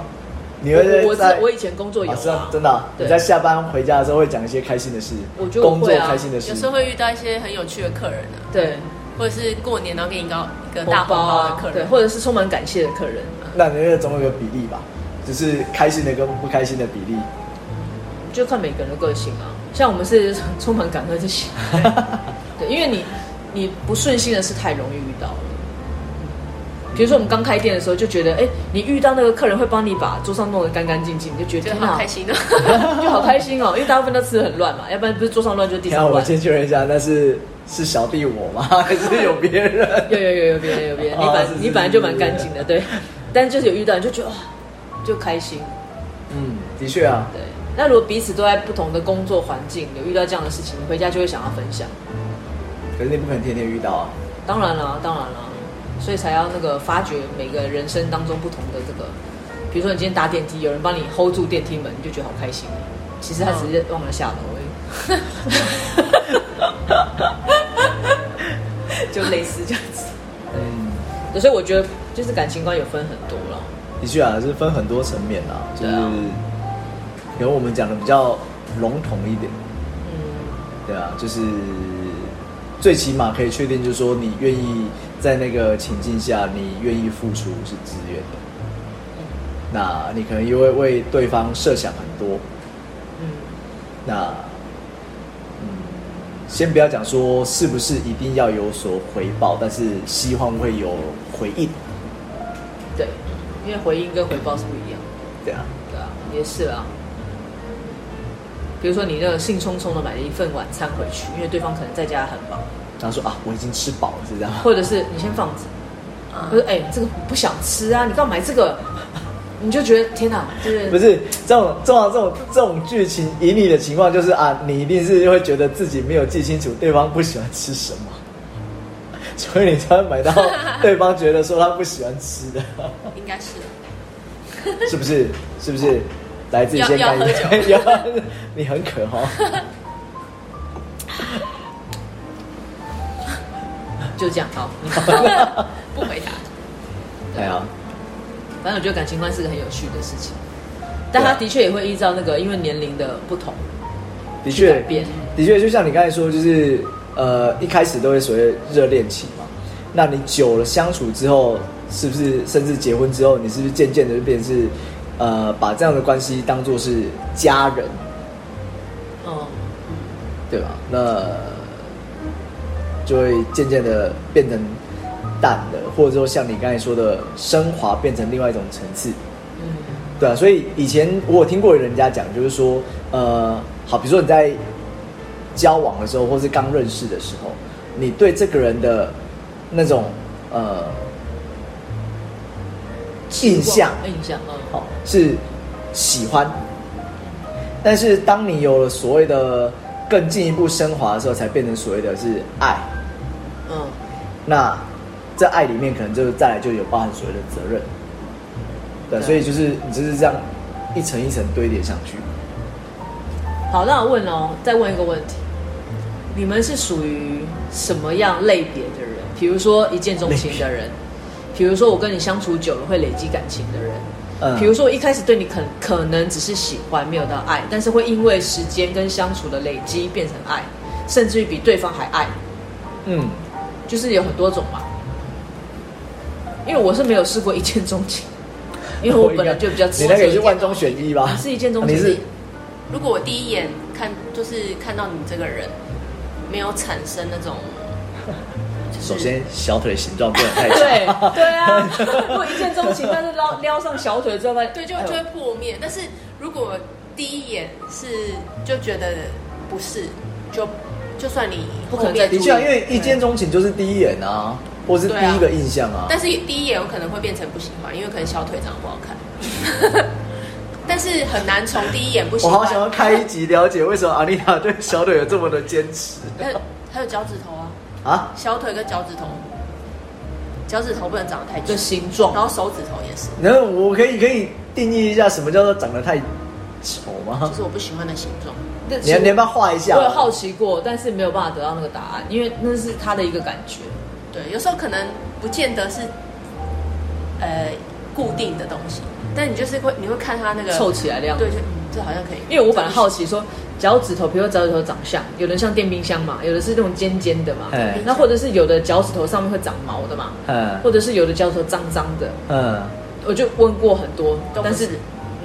你会在我我在我以前工作有啊，真的啊，真的啊、对你在下班回家的时候会讲一些开心的事，我觉得我工作会啊开心的事有，时候会遇到一些很有趣的客人啊，对，或者是过年然后给你搞一个大红包啊的客对，人，或者是充满感谢的客人，那你那个总有个比例吧，就是开心的跟不开心的比例。就看每个人的个性啊。像我们是充满感恩的心，对，因为你你不顺心的事太容易遇到了。比如说我们刚开店的时候就觉得，哎，你遇到那个客人会帮你把桌上弄得干干净净，你就觉得觉得天好哪开，心哦。就好开心哦。因为大部分都吃得很乱嘛，要不然不是桌上乱就是地然后上我乱。先确认一下，那是是小弟我吗？ 还是有别人？有有有有别人有别人，你哦本是是你本来就蛮干净的，对。但就是有遇到你就觉得哇，就开心，嗯，的确啊，对。那如果彼此都在不同的工作环境，有遇到这样的事情，你回家就会想要分享。可是你不可能天天遇到啊。当然啦，当然啦，所以才要那个发掘每个人生当中不同的这个，比如说你今天搭电梯，有人帮你 hold 住电梯门，你就觉得好开心。其实他只是忘了下楼而已， 就类似这样子。嗯，对所以我觉得就是感情观有分很多了。的确啊，是分很多层面啊，就是对啊可能我们讲的比较笼统一点，嗯，对啊，就是最起码可以确定，就是说你愿意在那个情境下，你愿意付出是自愿的。那你可能因为为对方设想很多，嗯，那嗯，先不要讲说是不是一定要有所回报，但是希望会有回应，对，因为回应跟回报是不一样的。对啊，对啊，也是啊。比如说你那个兴冲冲的买了一份晚餐回去，因为对方可能在家很忙，然后说啊，我已经吃饱了，是这样吗。或者是你先放着，啊或者哎、这个我不想吃啊，你干嘛买这个？ 你就觉得天哪，就是不是这种这种这种这种剧情，以你的情况就是啊，你一定是会觉得自己没有记清楚对方不喜欢吃什么，嗯所以你才会买 到对方觉得说他不喜欢吃的，应该是是不是？是不是？来自己要先要干一喝杯，要 你很渴 哦。就这样好。你不回答。哎呀，反正我觉得感情观是个很有趣的事情，但他的确也会依照那个因为年龄的不同，的去改确变，的确，就像你刚才说，就是呃，一开始都会所谓热恋期嘛。那你久了相处之后，是不是甚至结婚之后，你是不是渐渐的就变成是呃，把这样的关系当做是家人，嗯，对吧？那就会渐渐的变成淡了，或者说像你刚才说的，升华变成另外一种层次。嗯，对啊，所以以前我有听过人家讲，就是说，呃，好，比如说你在交往的时候，或是刚认识的时候，你对这个人的那种呃印象，印象，哦嗯，好是喜欢，但是当你有了所谓的更进一步升华的时候，才变成所谓的是爱。嗯，那这爱里面可能就再来就有包含所谓的责任，对，对所以就是你就是这样一层一层堆叠上去。好，那我问哦，再问一个问题，你们是属于什么样类别的人？比如说一见钟情的人，比如说我跟你相处久了会累积感情的人，嗯比如说一开始对你可可能只是喜欢，没有到爱，但是会因为时间跟相处的累积变成爱，甚至于比对方还爱，嗯，就是有很多种嘛。因为我是没有试过一见钟情，因为我本来就比较你那个也是万中选一吧？你啊是一见钟情你是如果我第一眼看就是看到你这个人，没有产生那种，就是首先小腿形状不能太对小，对 啊，如果一见钟情，但是撩撩上小腿之后，发现对，就哎呦就会破灭。但是如果第一眼是就觉得不是，就就算你不可能后面再的注确啊，意因为一见钟情就是第一眼啊，或是第一个印象啊。但是第一眼有可能会变成不喜欢，因为可能小腿长得不好看。 但是很难从第一眼不喜我欢，好想要开一集了解为什么阿丽塔对小腿有这么的坚持还呃有还有脚趾头啊，啊？小腿跟脚趾头，脚趾头不能长得太就近，形状然，后手指头也是，然后我可以可以定义一下什么叫做长得太丑吗就？是我不喜欢的形状。但你要你要不要画一下？我有好奇过，但是没有办法得到那个答案，因为那是他的一个感觉。对，有时候可能不见得是呃固定的东西，但你就是会你会看它那个凑起来的样子对，就嗯，这好像可以。因为我本来好奇说，脚趾头，比如说脚趾头长相，有的像电冰箱嘛，有的是那种尖尖的嘛哎，那或者是有的脚趾头上面会长毛的嘛，嗯或者是有的脚趾头脏脏的，嗯，我就问过很多都，不但是是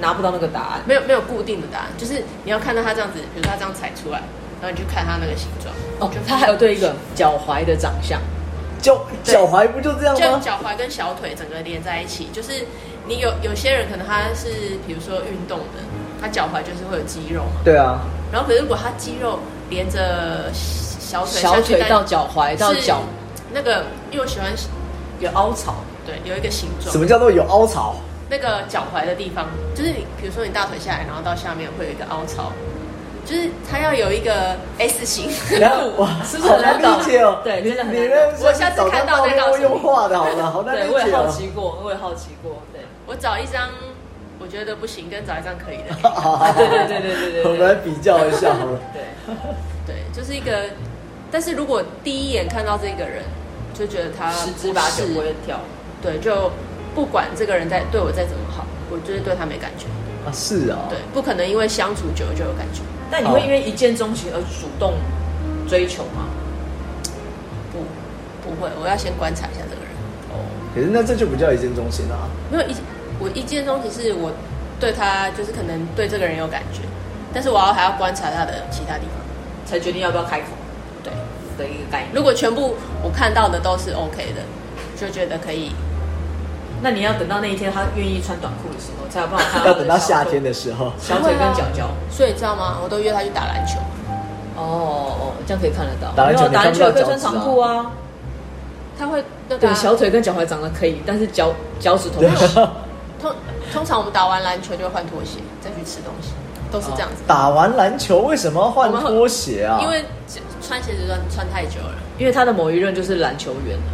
拿不到那个答案。没有没有固定的答案，就是你要看到它这样子，比如说它这样踩出来，然后你去看它那个形状。哦就，他还有对一个脚踝的长相，脚脚踝不就这样就吗？脚踝跟小腿整个连在一起，就是你有有些人可能他是比如说运动的，他脚踝就是会有肌肉嘛，对啊，然后可是如果他肌肉连着小腿小下去腿再到脚踝到是脚那个，因为我喜欢有凹槽，对有一个形状什，么叫做有凹槽？那个脚踝的地方，就是你，比如说你大腿下来，然后到下面会有一个凹槽，就是它要有一个 S 型。然后哇，是不是好很难难理解哦？懂对你真的很你难懂那我下次早上看到再告诉你用画的好了，好难理对，我也解好哦。，奇过，我也好奇过，对，我找一张我觉得不行，跟找一张可以的好好好对对对对对对对我们来比较一下好 了。对，对，就是一个。但是如果第一眼看到这个人，就觉得他十之不八是九啊不会跳。对，就不管这个人再对我再怎么好，我就是对他没感觉。啊，是啊，对，不可能因为相处久了就有感觉。但你会因为一见钟情而主动追求吗？不会，我要先观察一下这个人。哦可是那这就不叫一见钟情啊。没有一见，我一见钟情是我对他就是可能对这个人有感觉，但是我要还要观察他的其他地方。才决定要不要开口对，的一个概念。如果全部我看到的都是 OK 的，就觉得可以。那你要等到那一天他愿意穿短裤的时候，才有办法看 要等到夏天的时候，小腿跟脚脚。所以你知道吗？我都约他去打篮球。哦哦，这样可以看得到。打篮球没有打篮球也可以穿你看不长到脚趾啊裤啊。他会那个对，啊、啊小腿跟脚踝长得可以，但是脚脚趾头对没有。通通常我们打完篮球就会换拖鞋，再去吃东西，都是这样子。打完篮球为什么要换拖鞋啊？因为穿鞋子穿穿太久了，因为他的某一任就是篮球员啊，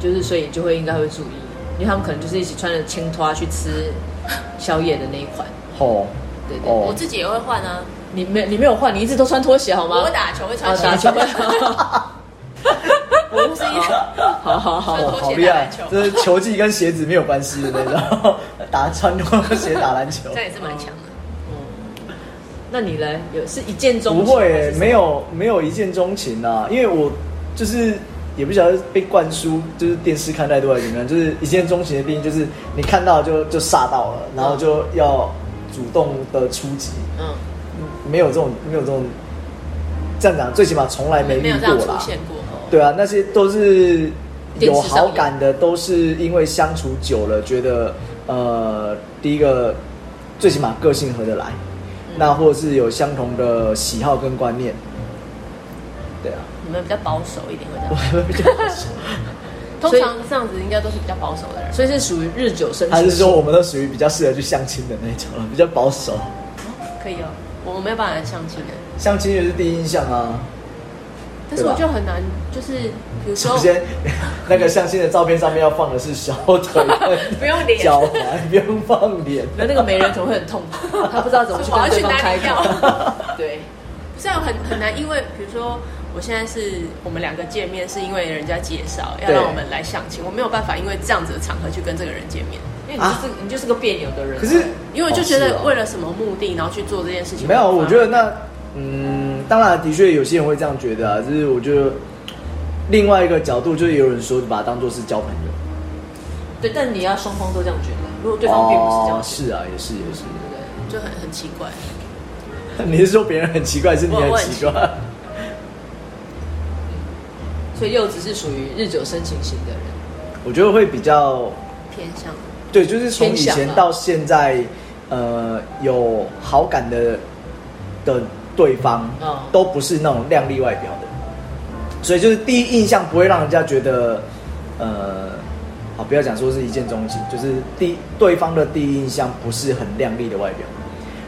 就是所以就会应该会注意，因为他们可能就是一起穿着青拖去吃宵夜的那一款。哦，对对，哦我自己也会换啊。你没你没有换，你一直都穿拖鞋好吗？我打球会穿啊鞋，，打球 我不是因 为 好好好，哦，好厉害！这是球技跟鞋子没有关系的那 种，打穿拖鞋打篮球这。样也是蛮强的。嗯那你嘞，有是一见钟不情？会耶，没。有没有一见钟情啊，因为我就是也不晓得被灌输，就是电视看太多还是怎么样，就是一见钟情的定义就是你看到就就煞到了，然后就要主动的出击，嗯，没有这种没有这种站长最起码从来没没遇有这过样出啦。现过。对啊，那些都是电有视上好感的，都是因为相处久了，觉得呃，第一个最起码个性合得来，嗯那或者是有相同的喜好跟观念。对 啊，你们比较保守一点会我这样。还会比较保守通所以常这样子应该都是比较保守的人。所以是属于日久生情。还是说我们都属于比较适合去相亲的那种，比较保守。可以哦，我没有办法相亲的，相亲也是第一印象啊。但是我就很难，就是比如首说，先，那个相亲的照片上面要放的是小腿不用跟脸脚踝，不用放脸。那那个媒人可能会很痛 苦，他不知道怎么去跟对方开我要去口。 对，这样很很难，因为比如说我现在是我们两个见面是因为人家介绍要对让我们来相亲，我没有办法因为这样子的场合去跟这个人见面，因为你就是你就是个别扭的人。啊啊可是，因为我就觉哦是得哦为了什么目的，然后去做这件事情。没有，无我法觉得那，嗯，当然，的确有些人会这样觉得啊，就是我觉得另外一个角度，就是有人说把它当做是交朋友，对，但你要双方都这样觉得，如果对方并不是这样哦觉是啊，也是也得，是。 对不对？就很很奇怪，你是说别人很奇怪，还是你我很我很奇怪？所以柚子是属于日久生情型的人。我觉得会比较，偏向对，就是从以偏向前啊到现在，呃，有好感的的对方嗯，都不是那种靓丽外表的，所以就是第一印象不会让人家觉得，呃，好，不要讲说是一见钟情，就是第对方的第一印象不是很靓丽的外表。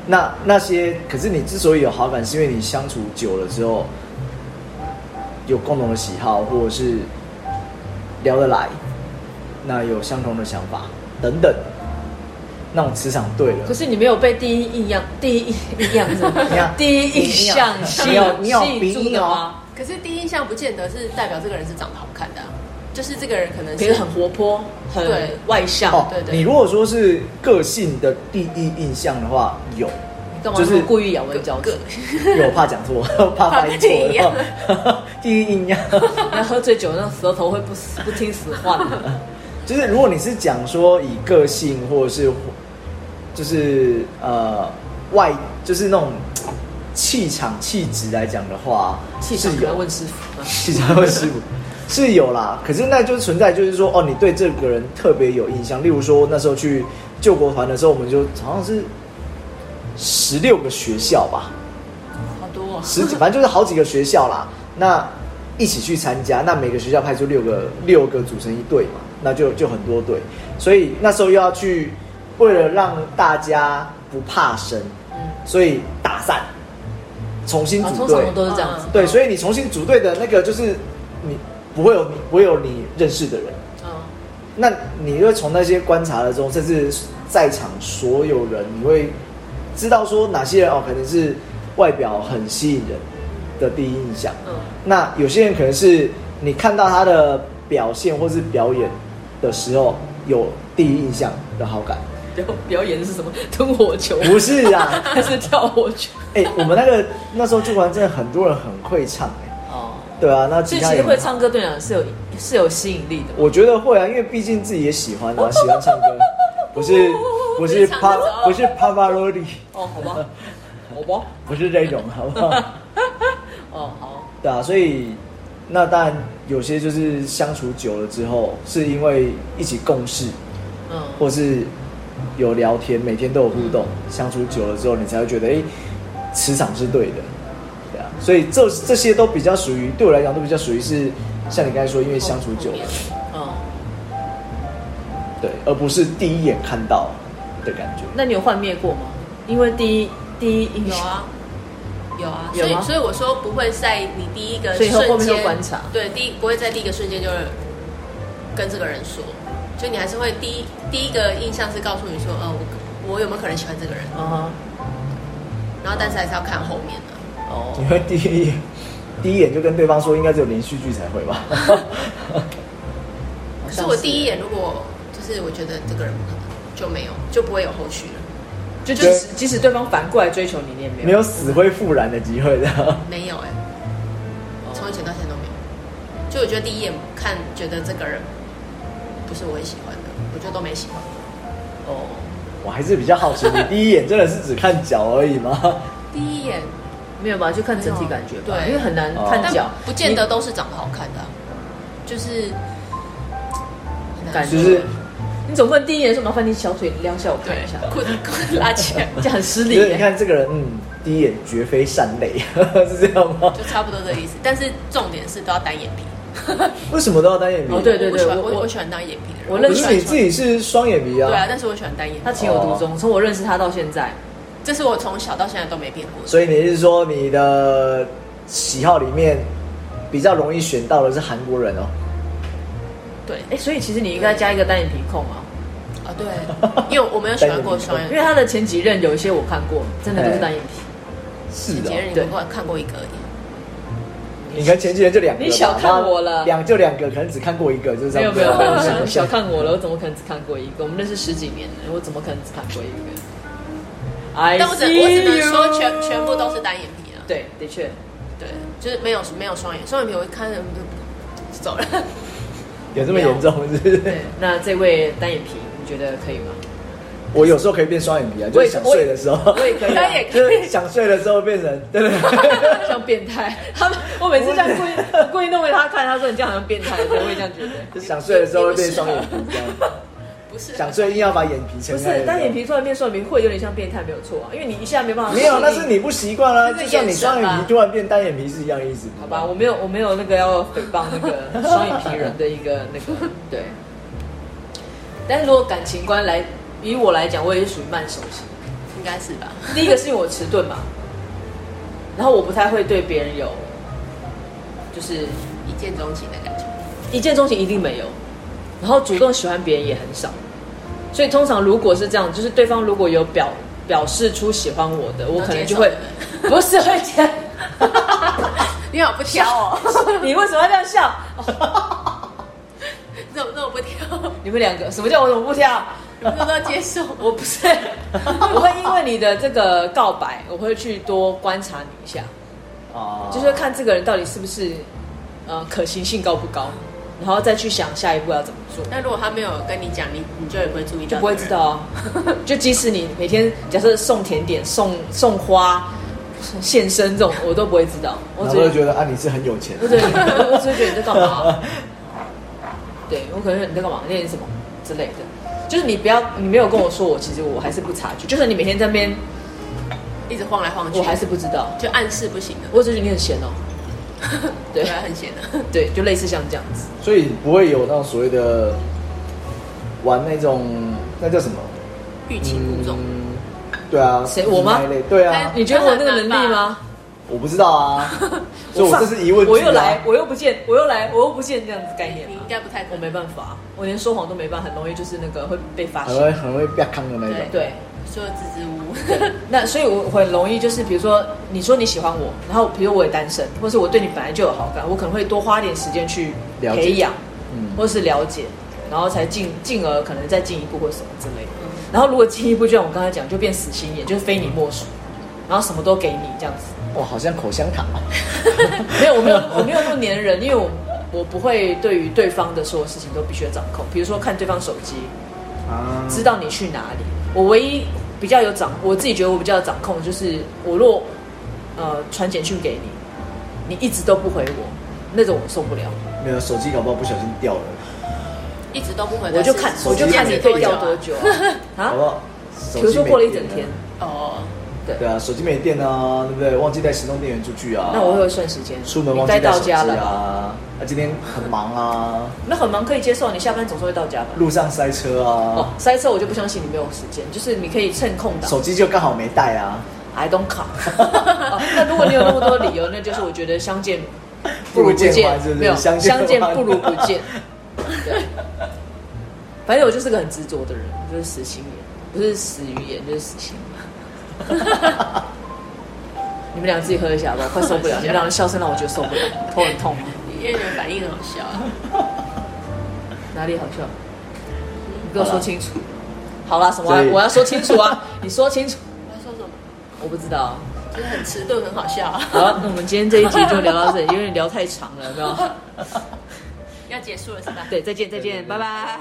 那那些，可是你之所以有好感，是因为你相处久了之后，有共同的喜好，或者是聊得来，那有相同的想法等等，那种磁场对了。可是你没有被第一印象，第一印象是你看第一印象吸你有你有吸引住鼻音的哦吗？可是第一印象不见得是代表这个人是长得好看的啊、就是这个人可能比是如很活泼，很对外向，哦，对对你如果说是个性的第一印象的话，有你干嘛就是那么故意咬文嚼字个？有怕讲错， 怕发音错怕跟你一样了。第一印 象 那喝醉酒，那舌头会不死不听使唤的。 就是，如果你是讲说以个性或者是就是呃外就是那种气场气质来讲的话，气是场可有能问师傅，气场啊会师傅是有啦，可是那就是存在，就是说哦，你对这个人特别有印象。例如说那时候去救国团的时候，我们就好像是十六个学校吧，好多、哦，十几，反正就是好几个学校啦。那一起去参加，那每个学校派出六个六个组成一队嘛，那就就很多队。所以那时候又要去，为了让大家不怕生，所以打散，重新啊组通队。常都是这样子。对，所以你重新组队的那个就是你不会有你不会有你认识的人，嗯，那你会从那些观察的中，甚至在场所有人，你会知道说哪些人哦，可能是外表很吸引人的第一印象，嗯那有些人可能是你看到他的表现或是表演的时候有第一印象的好感，表表演是什么？吞火球，不是啊 还是跳火球？哎、我们那个那时候就玩真的很多人很会唱哎、哦，对啊，那所其以他其也实会唱歌对你来讲是有是有吸引力的。我觉得会啊，因为毕竟自己也喜欢啊，喜欢唱歌，不是不是唱帕歌哦不是帕帕罗蒂，哦，好吧，好吧，不是这种，好不好？哦好，对啊，所以那当然有些就是相处久了之后，是因为一起共事，嗯，或是有聊天，每天都有互动，相处久了之后，你才会觉得，哎、磁场是对的，对啊，所以这这些都比较属于对我来讲都比较属于是像你刚才说，因为相处久了，嗯，对，而不是第一眼看到的感觉。那你有幻灭过吗？因为第一第一印有象，啊，有啊，有所吗以所以我说不会在你第一个所以以后后瞬面都间观察对，第一不会在第一个瞬间就是跟这个人说，就你还是会第一第一个印象是告诉你说，呃，我我有没有可能喜欢这个人，嗯哼，然后但是还是要看后面的，你哦，会第一眼第一眼就跟对方说，应该只有连续剧才会吧？可是我第一眼如果就是我觉得这个人不可能就没有就不会有后续了，就即使即使对方反过来追求你，你也没有没有死灰复燃的机会的。没有哎、从以前到现在都没有，就我觉得第一眼看觉得这个人不是我会喜欢的，我就都没喜欢。哦，我还是比较好奇，你第一眼真的是只看脚而已吗？第一眼没有吧？就看整体感觉吧，对因为很难哦看但脚，不见得都是长得好看的啊、就是很难感说就觉是你总不能第一眼说麻烦你小腿撩下我看对一下，，裤子裤子 拉起来，这样很失礼就是你耶。看这个人，嗯，第一眼绝非善类， 是这样吗？就差不多这个意思。但是重点是都要单眼皮。为什么都要单眼皮？哦对我不喜欢我我我喜欢单眼皮的人，我可认识是你自己是双眼皮啊。对啊，但是我喜欢单眼他皮，情有独钟，从我认识他到现在，这是我从小到现在都没变过的。所以你是说你的喜好里面比较容易选到的是韩国人哦？对，哎，所以其实你应该加一个单眼皮控啊，啊对， 因为我没有喜欢过双眼因皮为，他的前几任有一些我看过，真的都是单眼皮。是啊前的几任哦。你给我看过一个而已，你看前几天就两个吧，你小看我了那两就两个，可能只看过一个，就是这没有样。没有， 我小小看我了，我怎么可能只看过一个？我们认识十几年了，我怎么可能只看过一个？I 但我只 see 我只能说 you 全全部都是单眼皮啊。对，的确，对，就是没有没有双眼，双眼皮我一看嗯就走了。 有这么严重是不是？对。那这位单眼皮，你觉得可以吗？我有时候可以变双眼皮啊，就我也是想睡的时候，我也可以啊，单眼皮 就是想睡的时候变成， 对不对？ 像变态。 他们我每次这样故意故意弄给他看，他说你这样好像变态，我会这样觉得。就想睡的时候会变双眼皮这样，不是啊想睡硬要把眼皮 撑不开。是单眼皮突然变双眼皮，会有点像变态，没有错啊，因为你一下没办法。没有，那是。你不习惯啊，这个就像你眼神双眼吧皮突然变单眼皮是一样意思。好吧，我没有，我没有那个要诽谤那个双眼皮人的一个那个 对。但是如果感情观来，以我来讲，我也是属于慢熟型。应该是吧？第一个是因为我迟钝嘛，然后我不太会对别人有，就是一见钟情的感觉。一见钟情一定没有，然后主动喜欢别人也很少，所以通常如果是这样，就是对方如果有表表示出喜欢我的，我可能就会能不是会接。你好不挑 哦，你为什么要这样笑？哦你怎么那么不挑？ 你们两个什么叫我怎么不挑？你都要接受？我不是， 我会因为你的这个告白，我会去多观察你一下，啊，就是会看这个人到底是不是呃可行性高不高，然后再去想下一步要怎么做。那如果他没有跟你讲，你你就也不会注意就到，不会知道。啊。就即使你每天假设送甜点、送送花、献身这种，我都不会知道。我然只后我就得，觉得啊，你是很有钱我。只我只会觉得你在干嘛？对我可能觉得你在干嘛？练什么之类的。就是你不要，你没有跟我说我，其实我还是不察觉。就算你每天在那边，一直晃来晃去，我还是不知道。就暗示不行的，我只是觉得你很闲 哦。对啊很闲的。对，就类似像这样子。所以不会有那种所谓的玩那种那叫什么？欲擒故纵，嗯对啊，谁我吗哎那一类对啊但，你觉得我那个能力吗？我不知道 啊，所以我放这是疑问句啊我又来，，我又不见，我又来，我又不见这样子概念你吗应？该不太可嗯我没能，办法，我连说谎都没办法，很容易就是那个会被发很现。会很会被坑的那种。对，说支支吾吾。那所以我很容易就是，比如说你说你喜欢我，然后比如我也单身，或是我对你本来就有好感，我可能会多花点时间去了解培养，嗯或是了解，然后才进进而可能再进一步或什么之类的。然后如果进一步，就像我刚才讲，就变死心眼，就是非你莫属，然后什么都给你这样子， 哇，好像口香糖啊。没有，我没有，我没有那么粘人，因为我我不会对于对方的所有事情都必须要掌控，比如说看对方手机，啊知道你去哪里。我唯一比较有掌，我自己觉得我比较有掌控，就是我若呃传简讯给你，你一直都不回我，那种我受不了，没有手机搞不好不小心掉了， 一直都不回，我啊就看但是我就看你手可机以也掉啊多久 啊好不啊？好？比比如说过了一整天，哦，对啊，手机没电啊，对不对？忘记带行动电源出去啊。那我会算时间，出门你忘记该带到手机家啊。了，啊，今天很忙啊，那很忙可以接受，你下班总是会到家吧？路上塞车哦啊，，塞车我就不相信你没有时间，就是你可以趁空档。手机就刚好没带啊。 I don't care 哦那如果你有那么多理由，那就是我觉得相见不不如如见不见嘛是不，是没有相相见见嘛不如不 见。对，反正我就是个很执着的人，就是死心眼，不是死鱼眼，就是死心眼。 你们俩自己喝一下吧，我快受不了！你们俩的笑声让我觉得受不了，头很痛。因为你们反应很好笑啊。 哪里好笑？你给我说清楚。好啦，什么所啊以？我要说清楚啊！你说清楚，我要说什么？我不知道啊。就是很迟钝，很好笑啊。好，那我们今天这一集就聊到这里，因为聊太长了，有没有？ 要结束了是吧？对，再见，再对对见，对拜拜。